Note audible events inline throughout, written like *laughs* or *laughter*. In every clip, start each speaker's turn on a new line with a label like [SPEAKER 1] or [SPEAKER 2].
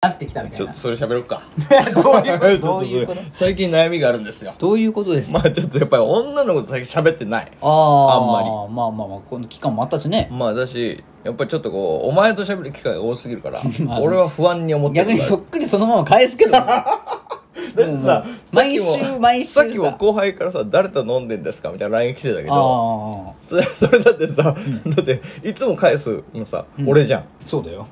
[SPEAKER 1] なってきたみた
[SPEAKER 2] ち
[SPEAKER 1] い
[SPEAKER 2] ょっ
[SPEAKER 1] な
[SPEAKER 2] と。それ喋ろうか
[SPEAKER 1] *laughs* どういうことどう
[SPEAKER 2] *laughs* ち
[SPEAKER 1] い
[SPEAKER 2] ょ
[SPEAKER 1] う
[SPEAKER 2] っと
[SPEAKER 1] こと
[SPEAKER 2] それ最近悩みがあるんですよ
[SPEAKER 1] どういうことですか
[SPEAKER 2] まあちょっとやっぱり女の子と最近喋ってない
[SPEAKER 1] ああ、
[SPEAKER 2] あんまり
[SPEAKER 1] まあまあまあ、この期間もあったしね。
[SPEAKER 2] まあだしやっぱりちょっとこうお前と喋る機会が多すぎるから
[SPEAKER 1] *laughs* まあ
[SPEAKER 2] 俺は不安に思って
[SPEAKER 1] 逆
[SPEAKER 2] るから
[SPEAKER 1] にそっくりそのまま返す
[SPEAKER 2] *laughs*
[SPEAKER 1] けどね、
[SPEAKER 2] だってさ
[SPEAKER 1] うん
[SPEAKER 2] さっきも
[SPEAKER 1] 毎週毎週さ
[SPEAKER 2] さっきも後輩からさ誰と飲んでんですかみたいな LINE 来てたけど
[SPEAKER 1] ああ、
[SPEAKER 2] それ *laughs* それだってさ、だっていつも返すのさ、俺
[SPEAKER 1] *laughs*
[SPEAKER 2] じゃん
[SPEAKER 1] そうだよ。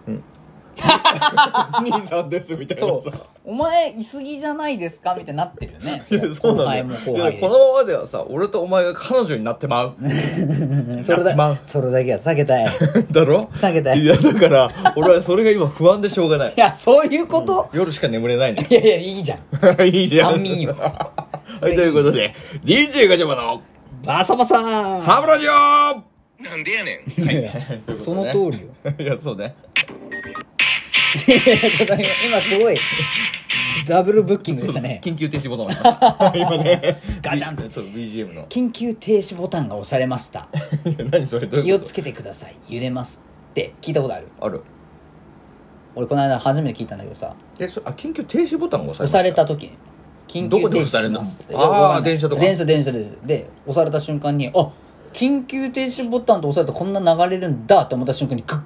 [SPEAKER 2] 兄さんですみたい
[SPEAKER 1] そう。お前、いすぎじゃないですかみたいになってるよね。
[SPEAKER 2] いや *laughs* そ
[SPEAKER 1] 後
[SPEAKER 2] うな
[SPEAKER 1] 輩
[SPEAKER 2] ん
[SPEAKER 1] も
[SPEAKER 2] だよ
[SPEAKER 1] 後
[SPEAKER 2] い
[SPEAKER 1] 輩
[SPEAKER 2] やこ
[SPEAKER 1] で。
[SPEAKER 2] のままではさ俺とお前が彼女になってまう
[SPEAKER 1] それ
[SPEAKER 2] やってまう
[SPEAKER 1] だ、それだけは避け
[SPEAKER 2] *laughs*
[SPEAKER 1] たい。
[SPEAKER 2] だろ
[SPEAKER 1] 避けたい
[SPEAKER 2] いやだから俺はそれが今不安でしょうがな
[SPEAKER 1] い
[SPEAKER 2] い
[SPEAKER 1] や、そういうこと、
[SPEAKER 2] 夜しか眠れないね
[SPEAKER 1] いやいや、いいじゃん。
[SPEAKER 2] *laughs* いいじゃん
[SPEAKER 1] 安眠よ
[SPEAKER 2] はいということで DJ ガチャバの
[SPEAKER 1] バサバサー
[SPEAKER 2] ハブラジオ
[SPEAKER 3] なんでやねん。
[SPEAKER 1] いやいやその通りよ。
[SPEAKER 2] いや、そうね。
[SPEAKER 1] いやいやちょっと *laughs* 今すごい、ダブルブッキングでしたね。
[SPEAKER 2] 緊急停止ボタ *laughs* ン。今ね。
[SPEAKER 1] ガチャンと
[SPEAKER 2] そう、BGM の。 *laughs*
[SPEAKER 1] 緊急停止ボタンが押されました。
[SPEAKER 2] いや何それどう
[SPEAKER 1] 気
[SPEAKER 2] いう
[SPEAKER 1] を
[SPEAKER 2] こと
[SPEAKER 1] つけてください。揺れます。って聞いたことある。
[SPEAKER 2] ある。
[SPEAKER 1] 俺この間初めて聞いたんだけどさ、
[SPEAKER 2] え、そあ、緊急停止ボタンを
[SPEAKER 1] 押された
[SPEAKER 2] ま
[SPEAKER 1] 時に、緊
[SPEAKER 2] どこ
[SPEAKER 1] 急
[SPEAKER 2] で
[SPEAKER 1] 停
[SPEAKER 2] 押さ
[SPEAKER 1] 止
[SPEAKER 2] れ
[SPEAKER 1] し
[SPEAKER 2] んの
[SPEAKER 1] ますって。
[SPEAKER 2] あー
[SPEAKER 1] いやわんない
[SPEAKER 2] 電車とか
[SPEAKER 1] 電車、電車で。で、押された瞬間に、あ緊急停止ボタンと押されたらこんな流れるんだって思った瞬間に、グッグ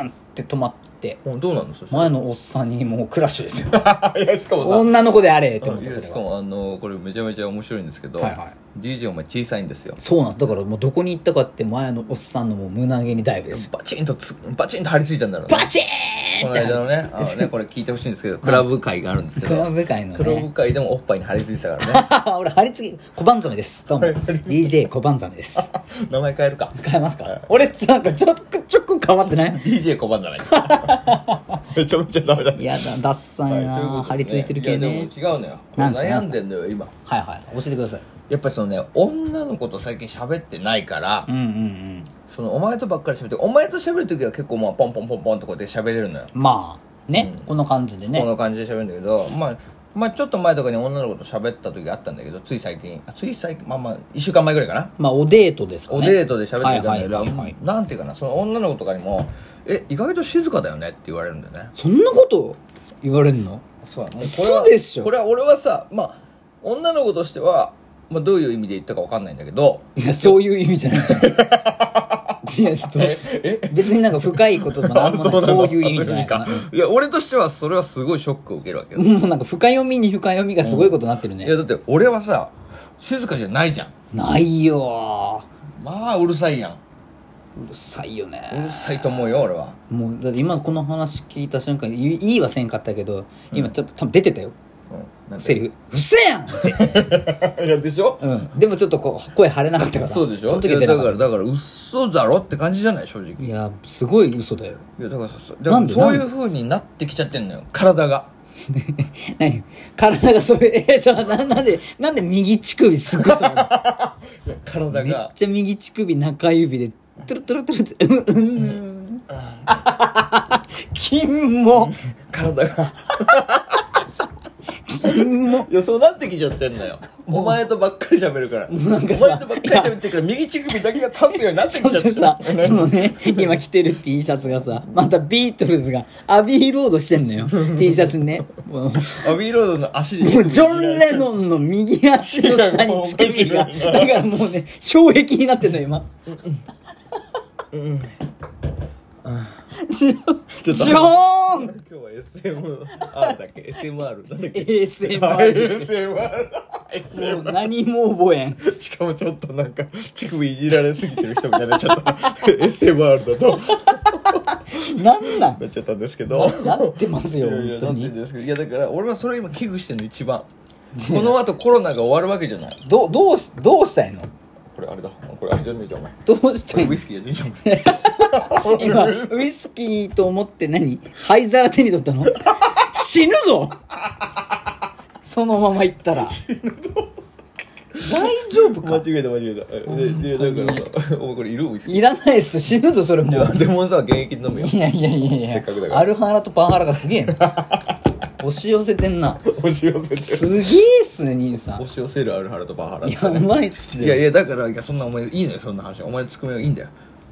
[SPEAKER 1] ーンって止まって、
[SPEAKER 2] した。うんどうなんのそれ
[SPEAKER 1] 前のおっさんにもうクラッシュですよ。
[SPEAKER 2] *laughs* いや、しかもさ
[SPEAKER 1] 女の子であれって思っ
[SPEAKER 2] い
[SPEAKER 1] た
[SPEAKER 2] や、
[SPEAKER 1] そ
[SPEAKER 2] し
[SPEAKER 1] れ
[SPEAKER 2] か
[SPEAKER 1] は。
[SPEAKER 2] もあの、これめちゃめちゃ面白いんですけど、
[SPEAKER 1] はいはい
[SPEAKER 2] DJ お前小さいんですよ。
[SPEAKER 1] そうなんです。だからもうどこに行ったかって前のおっさんのもう胸毛にダイブですよ。
[SPEAKER 2] バチンとつ、バチンと張り付いたんだろうね。
[SPEAKER 1] バチー
[SPEAKER 2] こ
[SPEAKER 1] ンっ
[SPEAKER 2] の
[SPEAKER 1] て
[SPEAKER 2] 間のね、あ
[SPEAKER 1] 感
[SPEAKER 2] の
[SPEAKER 1] じ
[SPEAKER 2] ね、これ聞いてほしいんですけど、クラブ会があるんですけ
[SPEAKER 1] クラ
[SPEAKER 2] ど、
[SPEAKER 1] ブ界の
[SPEAKER 2] クラブ
[SPEAKER 1] ね。
[SPEAKER 2] 会でもおっぱいに張り付いてた
[SPEAKER 1] *laughs*
[SPEAKER 2] から
[SPEAKER 1] *laughs*
[SPEAKER 2] ね。
[SPEAKER 1] 俺、張り付き、小判ザメです。どうも。DJ 小判ザメです。
[SPEAKER 2] 名前変える
[SPEAKER 1] *laughs*
[SPEAKER 2] か。
[SPEAKER 1] 変えますか俺、なんかちょくちょく変わってない
[SPEAKER 2] DJ 小判じゃ
[SPEAKER 1] *laughs*
[SPEAKER 2] ないですか。めちゃめちゃダメだ。
[SPEAKER 1] いやだ、ダッサ
[SPEAKER 2] はいいということ
[SPEAKER 1] な
[SPEAKER 2] で
[SPEAKER 1] 張り付いてる系
[SPEAKER 2] いや
[SPEAKER 1] ね。
[SPEAKER 2] でも違うのよ
[SPEAKER 1] なんすか
[SPEAKER 2] 悩んでんのよ今
[SPEAKER 1] はいはい。教えてください。
[SPEAKER 2] やっぱりそのね女の子と最近喋ってないから、
[SPEAKER 1] うんうんうん。
[SPEAKER 2] そのお前とばっかり喋ってお前と喋る時は結構まあポンポンポンポンとこうやって喋れるのよ、
[SPEAKER 1] まあ、ね。こんな感じで
[SPEAKER 2] こん
[SPEAKER 1] ね。
[SPEAKER 2] な感じで喋るんだけどまあまあちょっと前とかに女の子と喋った時があったんだけどつい最近あつい最近まあまあ1週間前ぐらいかな
[SPEAKER 1] まあ、おデートですかね。
[SPEAKER 2] おデートで喋ってたんだけ
[SPEAKER 1] は
[SPEAKER 2] ど
[SPEAKER 1] いはいはいはい
[SPEAKER 2] なんていうかなその女の子とかにも「え意外と静かだよね」って言われるんだよね
[SPEAKER 1] そんなこと言われんの
[SPEAKER 2] そうだね
[SPEAKER 1] 嘘でしょ
[SPEAKER 2] これはこれは俺はさまあ女の子としては、まあ、どういう意味で言ったかわかんないんだけど
[SPEAKER 1] いや、そういう意味
[SPEAKER 2] *laughs*
[SPEAKER 1] じゃない。いや、ど
[SPEAKER 2] え
[SPEAKER 1] 別になんか深いこととかあ
[SPEAKER 2] *laughs*
[SPEAKER 1] んまない。そういう意味じゃないかな。
[SPEAKER 2] いや俺としてはそれはすごいショックを受けるわけよ、い
[SPEAKER 1] もうなんか深読みに深読みがすごいことになってるね。
[SPEAKER 2] やだって俺はさ静かじゃないじゃん
[SPEAKER 1] ないよ
[SPEAKER 2] まあうるさいやん
[SPEAKER 1] ーうるさいよ
[SPEAKER 2] うる
[SPEAKER 1] ね
[SPEAKER 2] さいと思うよ俺は
[SPEAKER 1] もうだって今この話聞いた瞬間いいいはせんかったけど今ちょっと多分出てたよ
[SPEAKER 2] うんなん
[SPEAKER 1] セリフ「うっせえやん!」って、
[SPEAKER 2] かいや *laughs* でしょ
[SPEAKER 1] うん、でもちょっとこう声張れなかったから
[SPEAKER 2] そうでしょ
[SPEAKER 1] その時
[SPEAKER 2] い
[SPEAKER 1] は出
[SPEAKER 2] や
[SPEAKER 1] な
[SPEAKER 2] だ
[SPEAKER 1] か
[SPEAKER 2] か
[SPEAKER 1] っ
[SPEAKER 2] らだから嘘だろって感じじゃない正直
[SPEAKER 1] たいやすごい嘘だよ *laughs*
[SPEAKER 2] いやだからさ
[SPEAKER 1] な
[SPEAKER 2] だか
[SPEAKER 1] ん
[SPEAKER 2] ら
[SPEAKER 1] で
[SPEAKER 2] そういう風になってきちゃってんのよ体が
[SPEAKER 1] 何体がそれ *laughs* えちょっとななんでなんで右乳首すごいそう
[SPEAKER 2] *laughs*
[SPEAKER 1] なの
[SPEAKER 2] 体
[SPEAKER 1] めっちゃ右乳首中指でトゥルトゥルトゥルってうんうんうん金も
[SPEAKER 2] *laughs* 体が
[SPEAKER 1] 金も
[SPEAKER 2] いや、そうなってきちゃってんのよ。お前とばっかり喋るから。お前
[SPEAKER 1] んか
[SPEAKER 2] と
[SPEAKER 1] さ
[SPEAKER 2] ばっかり喋ってるから、右乳首だけが立つようになって
[SPEAKER 1] そ
[SPEAKER 2] きち
[SPEAKER 1] し
[SPEAKER 2] ゃって
[SPEAKER 1] てさ、そ
[SPEAKER 2] の
[SPEAKER 1] のね、今着てる T シャツがさ、またビートルズがアビーロードしてんのよ。T シャツにね。もう、も
[SPEAKER 2] アビーロードの足に。
[SPEAKER 1] うジョン・レノンの右足の下に乳首が。
[SPEAKER 2] い
[SPEAKER 1] だからもうね、衝撃になってんのよ、今。ジョ
[SPEAKER 2] ちょっと
[SPEAKER 1] ーン
[SPEAKER 2] 今日は SMR だっけ ?SMR なんだっけ
[SPEAKER 1] !ASMR。
[SPEAKER 2] ?SMR だ。
[SPEAKER 1] もう何も覚えん。
[SPEAKER 2] *laughs* しかもちょっとなんか、乳首いじられすぎてる人みたいになっちゃった。SMR だと、 *laughs*
[SPEAKER 1] なんなん
[SPEAKER 2] なっちゃったんですけど。
[SPEAKER 1] なってます
[SPEAKER 2] い
[SPEAKER 1] よ、
[SPEAKER 2] やい
[SPEAKER 1] 本
[SPEAKER 2] や、な
[SPEAKER 1] 当
[SPEAKER 2] んで
[SPEAKER 1] に。
[SPEAKER 2] ですけど。いや、だから俺はそれ今危惧してんの、一番。この後コロナが終わるわけじゃない。
[SPEAKER 1] どう、どうし、どうしたいの
[SPEAKER 2] これあれだ。これあれじゃねえ *laughs* か、お前。
[SPEAKER 1] どうしたいの
[SPEAKER 2] ウイスキーやねえじゃん。
[SPEAKER 1] 今ウイスキーと思って何灰皿手に取ったの死ぬぞそのまま行ったら大丈夫
[SPEAKER 2] 間
[SPEAKER 1] か
[SPEAKER 2] 違えた間違えたででだからさお前これいるウイスキー
[SPEAKER 1] いらないっす死ぬぞそれも
[SPEAKER 2] じゃあ
[SPEAKER 1] う
[SPEAKER 2] レモンサワー現役で飲むよ
[SPEAKER 1] いやいやいや
[SPEAKER 2] せ
[SPEAKER 1] い
[SPEAKER 2] っかくだ
[SPEAKER 1] や
[SPEAKER 2] から
[SPEAKER 1] アルハラとパンハラがすげえな
[SPEAKER 2] *laughs*
[SPEAKER 1] 押し寄せてんな
[SPEAKER 2] 押し寄せて
[SPEAKER 1] すげえっすね兄さん
[SPEAKER 2] 押し寄せるアルハラとバハラ
[SPEAKER 1] やばいっす
[SPEAKER 2] いや
[SPEAKER 1] よ
[SPEAKER 2] いやだからいやそんなお前いいのよそんな話お前のツッコミはいいんだよ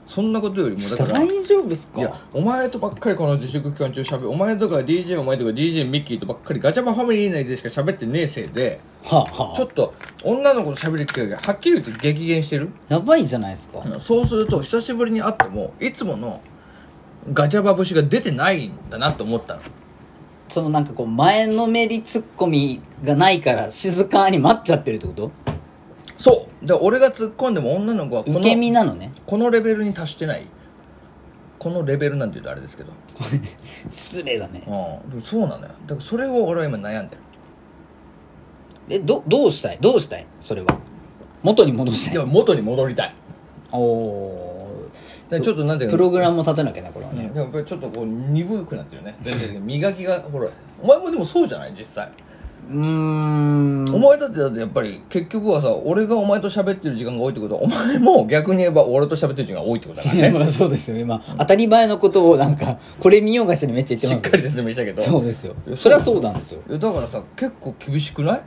[SPEAKER 2] そんなことよりもだから
[SPEAKER 1] 大丈夫っす
[SPEAKER 2] いや
[SPEAKER 1] か
[SPEAKER 2] お前とばっかりこの自粛期間中しゃべお前とか DJ お前とか DJ ミッキーとばっかりガチャバファミリー内でしか喋ってねえせいで
[SPEAKER 1] はあは
[SPEAKER 2] ちょっと女の子と喋る機会がはっきり言って激減してる
[SPEAKER 1] あやばいじゃないですか
[SPEAKER 2] そうすると久しぶりに会ってもいつものガチャバ節が出てないんだなと思ったの
[SPEAKER 1] そのなんかこう前のめりツッコミがないから静かに待っちゃってるってこと
[SPEAKER 2] そうで俺が突っ込んでも女の子はこ
[SPEAKER 1] 受け身
[SPEAKER 2] の
[SPEAKER 1] なのね
[SPEAKER 2] このレベルに達してないこのレベルなんて言うとあれですけど
[SPEAKER 1] 失礼だね
[SPEAKER 2] うんでもそうなのよだからそれを俺は今悩んでる
[SPEAKER 1] えどどうしたいどうしたいそれは元に戻した
[SPEAKER 2] で
[SPEAKER 1] い
[SPEAKER 2] も元に戻りたい
[SPEAKER 1] おおー
[SPEAKER 2] でちょっとなんていう
[SPEAKER 1] プ
[SPEAKER 2] の
[SPEAKER 1] ログラムも立てなきゃなこれはね、
[SPEAKER 2] でもやっぱりちょっとこう鈍くなってるね全体的に磨きがほらお前もでもそうじゃない実際、
[SPEAKER 1] うーん
[SPEAKER 2] お前だってだってやっぱり結局はさ俺がお前と喋ってる時間が多いってことはお前も逆に言えば俺と喋ってる時間が多いってことだから
[SPEAKER 1] いや *laughs*
[SPEAKER 2] ね
[SPEAKER 1] まあそうですよ今当たり前のことをなんかこれ見ようがしにめっちゃ言
[SPEAKER 2] し
[SPEAKER 1] っ
[SPEAKER 2] ってか
[SPEAKER 1] ま
[SPEAKER 2] り説明したけど
[SPEAKER 1] すそうですよ
[SPEAKER 2] いや
[SPEAKER 1] それはそうなんですよ
[SPEAKER 2] いやだからさ結構厳しくない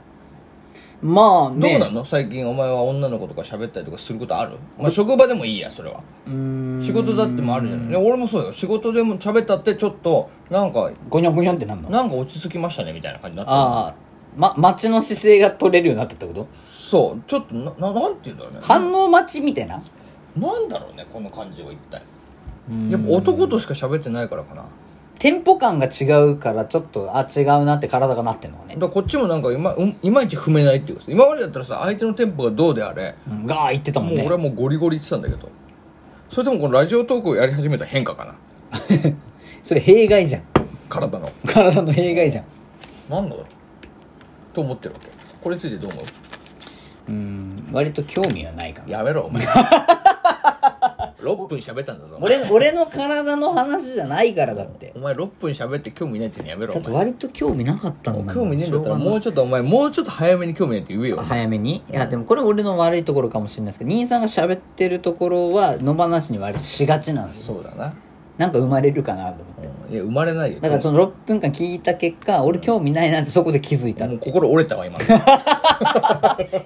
[SPEAKER 1] まあ
[SPEAKER 2] ど
[SPEAKER 1] ね
[SPEAKER 2] うなの最近お前は女の子とか喋ったりとかすることあるまあ職場でもいいやそれは
[SPEAKER 1] うーん
[SPEAKER 2] 仕事だってもあるじゃないいや俺もそうよ仕事でも喋ったってちょっとなんか
[SPEAKER 1] ゴニョゴニョってなんの
[SPEAKER 2] なんか落ち着きましたねみたいな感じになってる
[SPEAKER 1] ああま待ちの姿勢が取れるようになったってこと
[SPEAKER 2] そうちょっとなななんて言うんだろうね
[SPEAKER 1] 反応待ちみたいな
[SPEAKER 2] なんだろうねこの感じは一体
[SPEAKER 1] うん
[SPEAKER 2] やっぱ男としか喋ってないからかなだか
[SPEAKER 1] テンポ感が違うからちょっとあ違うなって体がなってんのはね、
[SPEAKER 2] らこっちもなんかいまうんいまいち踏めないっていうか今までだったらさ相手のテンポがどうであれ
[SPEAKER 1] うんガー言ってたも
[SPEAKER 2] も
[SPEAKER 1] ん
[SPEAKER 2] う
[SPEAKER 1] ね
[SPEAKER 2] 俺はもうゴリゴリ言ってたんだけどそれともこのラジオトークをやり始めた変化かな
[SPEAKER 1] *laughs* それ弊害じゃん
[SPEAKER 2] 体の
[SPEAKER 1] 体の弊害じゃん
[SPEAKER 2] なんだろうと思ってるわけこれについてどう思う
[SPEAKER 1] うん割と興味はないかな
[SPEAKER 2] やめろお *laughs* 前6分喋ったんだぞお前
[SPEAKER 1] 俺俺の体の話じゃないからだって
[SPEAKER 2] お前6分喋って興味ないって言うのやめろ
[SPEAKER 1] だ
[SPEAKER 2] お
[SPEAKER 1] って
[SPEAKER 2] 前
[SPEAKER 1] 割と興味なかったんだもん
[SPEAKER 2] 興味ねえんだったら
[SPEAKER 1] しょうが
[SPEAKER 2] も
[SPEAKER 1] な
[SPEAKER 2] う
[SPEAKER 1] い
[SPEAKER 2] ちょっとお前もうちょっと早めに興味ないって言えよ
[SPEAKER 1] 早めにいやでもこれ俺の悪いところかもしれないですけど兄さんが喋ってるところは野放しに割としがちなんですよ
[SPEAKER 2] そうだな
[SPEAKER 1] なんか生まれるかなと思って
[SPEAKER 2] うんいや生まれないよ
[SPEAKER 1] だからその6分間聞いた結果俺興味ないなってそこで気づいた
[SPEAKER 2] もう心折れたわ *laughs* 今い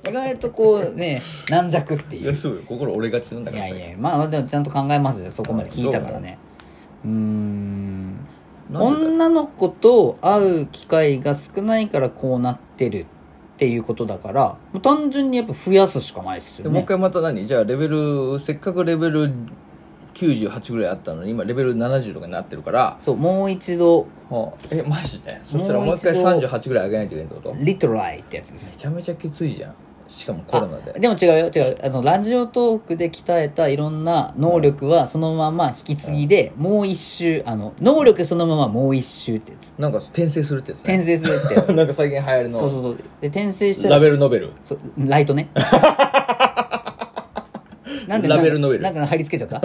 [SPEAKER 1] 意外とこうね軟弱っていう
[SPEAKER 2] やそうよ心折れがちなんだ
[SPEAKER 1] い
[SPEAKER 2] から
[SPEAKER 1] や
[SPEAKER 2] さ
[SPEAKER 1] いやまあまあでもちゃんと考えますよそこまで聞いたからねうーん
[SPEAKER 2] なんでだ
[SPEAKER 1] 女の子と会う機会が少ないからこうなってるっていうことだからもう単純にやっぱ増やすしかないです
[SPEAKER 2] で
[SPEAKER 1] よ
[SPEAKER 2] もう一
[SPEAKER 1] ね
[SPEAKER 2] 回また何じゃあレベルせっかくレベル98ぐらいあったのに今レベル70とかになってるから
[SPEAKER 1] そうもう一度
[SPEAKER 2] はあえマジでそしたら
[SPEAKER 1] も
[SPEAKER 2] も
[SPEAKER 1] う
[SPEAKER 2] う
[SPEAKER 1] 一
[SPEAKER 2] 一
[SPEAKER 1] 度
[SPEAKER 2] 回38ぐらい上げないといけないってことめ
[SPEAKER 1] リトライってやつです
[SPEAKER 2] ちゃめちゃきついじゃんしかもコロナで
[SPEAKER 1] でも違うよ違うあのラジオトークで鍛えたいろんな能力はそのまま引き継ぎでもう一周あの能力そのままもう一周ってやつ
[SPEAKER 2] なんか転生するってやつね
[SPEAKER 1] 転生するってやつ
[SPEAKER 2] *laughs* なんか最近流行
[SPEAKER 1] *laughs*
[SPEAKER 2] り
[SPEAKER 1] そう
[SPEAKER 2] の
[SPEAKER 1] そうそうで転生したら
[SPEAKER 2] ラベルノベル
[SPEAKER 1] そうライト
[SPEAKER 2] *laughs*
[SPEAKER 1] ねなんで
[SPEAKER 2] ラベルノベル
[SPEAKER 1] なんかなんか貼り付けちゃっ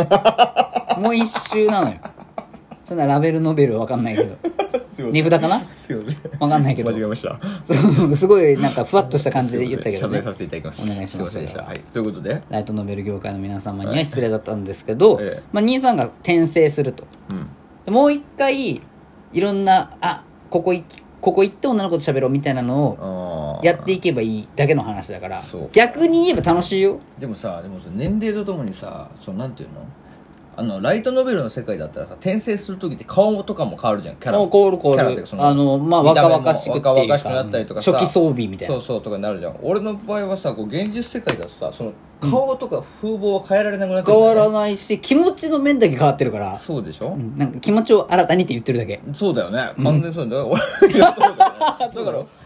[SPEAKER 1] たもう一周なのよそんなラベルノベルわかんないけど
[SPEAKER 2] すいません
[SPEAKER 1] 値札かな
[SPEAKER 2] すいません
[SPEAKER 1] わかんないけど
[SPEAKER 2] 間違えました
[SPEAKER 1] そうすごいなんかふわっとした感じで言ったけど
[SPEAKER 2] 謝
[SPEAKER 1] ね
[SPEAKER 2] 罪させていただきます
[SPEAKER 1] お願いします
[SPEAKER 2] すいませんでしたはいということで
[SPEAKER 1] ライトノベル業界の皆様には失礼だったんですけど、
[SPEAKER 2] ええ
[SPEAKER 1] まあ、兄さんが転生すると
[SPEAKER 2] うん
[SPEAKER 1] でもう一回いろんなあここいここ行って女の子と喋ろうみたいなのを
[SPEAKER 2] あー
[SPEAKER 1] やっていけばいいだけの話だから
[SPEAKER 2] そう
[SPEAKER 1] 逆に言えば楽しいよ
[SPEAKER 2] でもさでもさ年齢とともにさそのなんていうのあのライトノベルの世界だったらさ転生する時って顔とかも変わるじゃんキャラ
[SPEAKER 1] あコールコール
[SPEAKER 2] キャラっていうかそ
[SPEAKER 1] あのまあ
[SPEAKER 2] 見た目も
[SPEAKER 1] 若々しくっていうか
[SPEAKER 2] 若々しくなったりとかさ
[SPEAKER 1] 初期装備みたいな
[SPEAKER 2] そうそうとかになるじゃん俺の場合はさこう現実世界だとさその顔とか風貌は変えられなくなって
[SPEAKER 1] 変
[SPEAKER 2] るんだ
[SPEAKER 1] わ
[SPEAKER 2] よね
[SPEAKER 1] らないし気持ちの面だけ変わってるから、
[SPEAKER 2] そうでしょ、
[SPEAKER 1] うんなんか気持ちを新たにって言ってるだけ
[SPEAKER 2] そうだよね完全にそう
[SPEAKER 1] *laughs*
[SPEAKER 2] だよ、俺いやそうだよねだから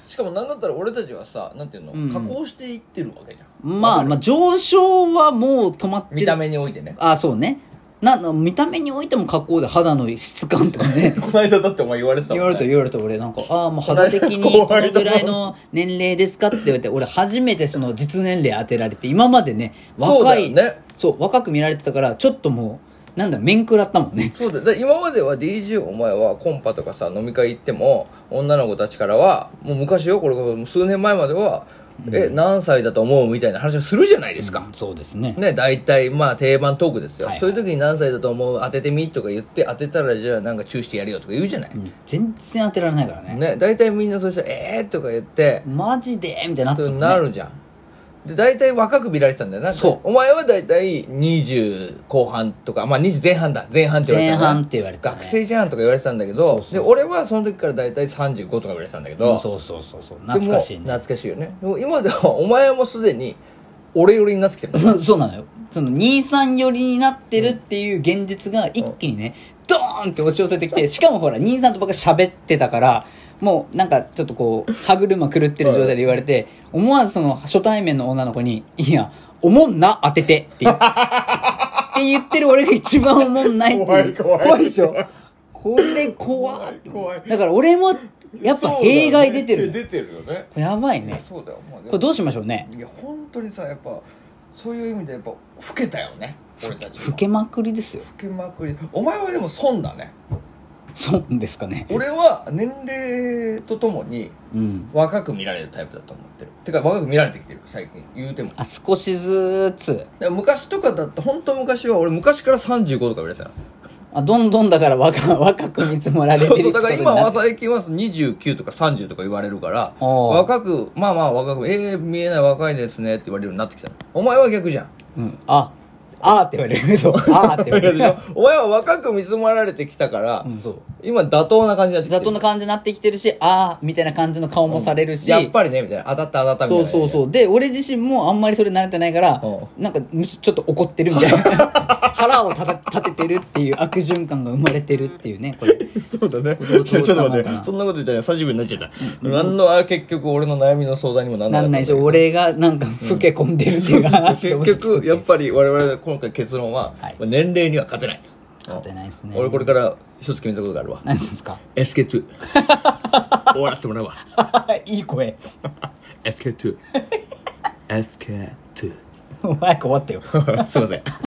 [SPEAKER 2] しかもなんだったら俺たちはさなんていうの、
[SPEAKER 1] うん
[SPEAKER 2] 加工していってるわけじゃん
[SPEAKER 1] まあまあ上昇はもう止まってる
[SPEAKER 2] 見た目においてね
[SPEAKER 1] あそうねなな見た目においても加工で肌の質感とか
[SPEAKER 2] *laughs*
[SPEAKER 1] ね
[SPEAKER 2] この間だってお前言われてた
[SPEAKER 1] 言
[SPEAKER 2] も
[SPEAKER 1] わ
[SPEAKER 2] ん
[SPEAKER 1] れ
[SPEAKER 2] ね
[SPEAKER 1] た言われた俺なんかああもう肌的にこ
[SPEAKER 2] *laughs* 怖
[SPEAKER 1] の
[SPEAKER 2] い
[SPEAKER 1] ぐらいの年齢ですかって言われて俺初めてその実年齢当てられて今までね若い
[SPEAKER 2] そうだよね
[SPEAKER 1] そう若く見られてたからちょっともうなんだ面食らったもんね
[SPEAKER 2] そうだよだから今までは DJ お前はコンパとかさ飲み会行っても女の子たちからはもう昔よこれこそ数年前までは、え何歳だと思うみたいな話をするじゃないですか、
[SPEAKER 1] そうですね
[SPEAKER 2] ね、大体まあ定番トークですよ、
[SPEAKER 1] はいはい
[SPEAKER 2] そういう時に何歳だと思う当ててみとか言って当てたらじゃあなんかチューしてやるよとか言うじゃない、
[SPEAKER 1] うん全然当てられないからね
[SPEAKER 2] ね大体みんなそうしたら「えー!」とか言って
[SPEAKER 1] マジでみたいになっ
[SPEAKER 2] ってて
[SPEAKER 1] るもんね
[SPEAKER 2] なるじゃん、で、大体若く見られてたんだよな。
[SPEAKER 1] そう
[SPEAKER 2] お前は大体20後半とか、まあ20前半だ。前半って言われて
[SPEAKER 1] 前
[SPEAKER 2] たな。
[SPEAKER 1] 半って言われてたね
[SPEAKER 2] 学生じゃんとか言われてたんだけど、で、俺はその時から大体35とか言われてたんだけど、
[SPEAKER 1] うんそうそうそうそう懐かしい
[SPEAKER 2] で
[SPEAKER 1] ね
[SPEAKER 2] も懐かしいよね。でも今ではお前はもう *laughs* すでに俺寄りになってきてる。
[SPEAKER 1] *laughs* そうそうなのよその23寄りになってるっていう現実が一気にね、ドーンって押し寄せてきてしかもほら23と僕が喋ってたからもうなんかちょっとこう歯車狂ってる状態で言われて思わずその初対面の女の子に「いやおもんな当てて」って *laughs* 言うって言ってる俺が一番おもんないっていう
[SPEAKER 2] 怖い怖い
[SPEAKER 1] 怖いでしょこれ怖い
[SPEAKER 2] 怖い怖い
[SPEAKER 1] だから俺もやっぱ弊害出てる、
[SPEAKER 2] 出てるよね。
[SPEAKER 1] やばいね
[SPEAKER 2] そうだよ、もう
[SPEAKER 1] これどうしましょうね
[SPEAKER 2] いや本当にさやっぱそういう意味でやっぱ老けたよね俺たちは
[SPEAKER 1] 老けまくりですよ
[SPEAKER 2] 老けまくりお前はでも損だね
[SPEAKER 1] そうですかね
[SPEAKER 2] 俺は年齢とともに
[SPEAKER 1] うん
[SPEAKER 2] 若く見られるタイプだと思ってるてか若く見られてきてる最近言うても
[SPEAKER 1] あ少しずつ
[SPEAKER 2] でも昔とかだって本当昔は俺昔から35とか言われてたの
[SPEAKER 1] あどんどんだから若 *laughs* 若く見積もられ
[SPEAKER 2] そ
[SPEAKER 1] てる
[SPEAKER 2] うそうだから
[SPEAKER 1] って
[SPEAKER 2] 今
[SPEAKER 1] ことにな
[SPEAKER 2] は
[SPEAKER 1] って
[SPEAKER 2] 最近は29とか30とか言われるから
[SPEAKER 1] おー
[SPEAKER 2] 若くまあまあ若くええ見えない若いですねって言われるようになってきたのお前は逆じ *laughs* ゃん
[SPEAKER 1] うん、ああーって言われる *laughs* そうあーって言わ
[SPEAKER 2] *laughs*
[SPEAKER 1] れる
[SPEAKER 2] お前は若く見積もられてきたから、
[SPEAKER 1] うんそう
[SPEAKER 2] 今妥当な感じになってきて
[SPEAKER 1] 妥当な感じになってきてるしあーみたいな感じの顔もされるし、
[SPEAKER 2] やっぱりねみたいな当たった当たったみたい
[SPEAKER 1] そ
[SPEAKER 2] な、
[SPEAKER 1] うそうそううで俺自身もあんまりそれ慣れてないから
[SPEAKER 2] う
[SPEAKER 1] なんかむしちょっと怒ってるみたい
[SPEAKER 2] *laughs*
[SPEAKER 1] な腹をたた立ててるっていう悪循環が生まれてるっていうねこ
[SPEAKER 2] *laughs*
[SPEAKER 1] れ
[SPEAKER 2] そうだね
[SPEAKER 1] どう
[SPEAKER 2] いやちょ
[SPEAKER 1] ど
[SPEAKER 2] っと待っ
[SPEAKER 1] うしたのか
[SPEAKER 2] て
[SPEAKER 1] な
[SPEAKER 2] そんなこと言ったら久しぶりになっちゃった、なんのあ結局俺の悩みの相談にもなん
[SPEAKER 1] な
[SPEAKER 2] かった
[SPEAKER 1] んないでしょ俺がなんか老け込んでるっていう話 *laughs* で
[SPEAKER 2] 結局やっぱり我々今回結論は、
[SPEAKER 1] はい
[SPEAKER 2] まあ年齢には勝てないと
[SPEAKER 1] 勝てないですね
[SPEAKER 2] 俺これから一つ決めたことがあるわ
[SPEAKER 1] 何ですか *laughs*
[SPEAKER 2] SK2 終わらせてもらうわ
[SPEAKER 1] いい声 *laughs*
[SPEAKER 2] SK2SK2 *laughs*
[SPEAKER 1] お前終わったよ
[SPEAKER 2] すいません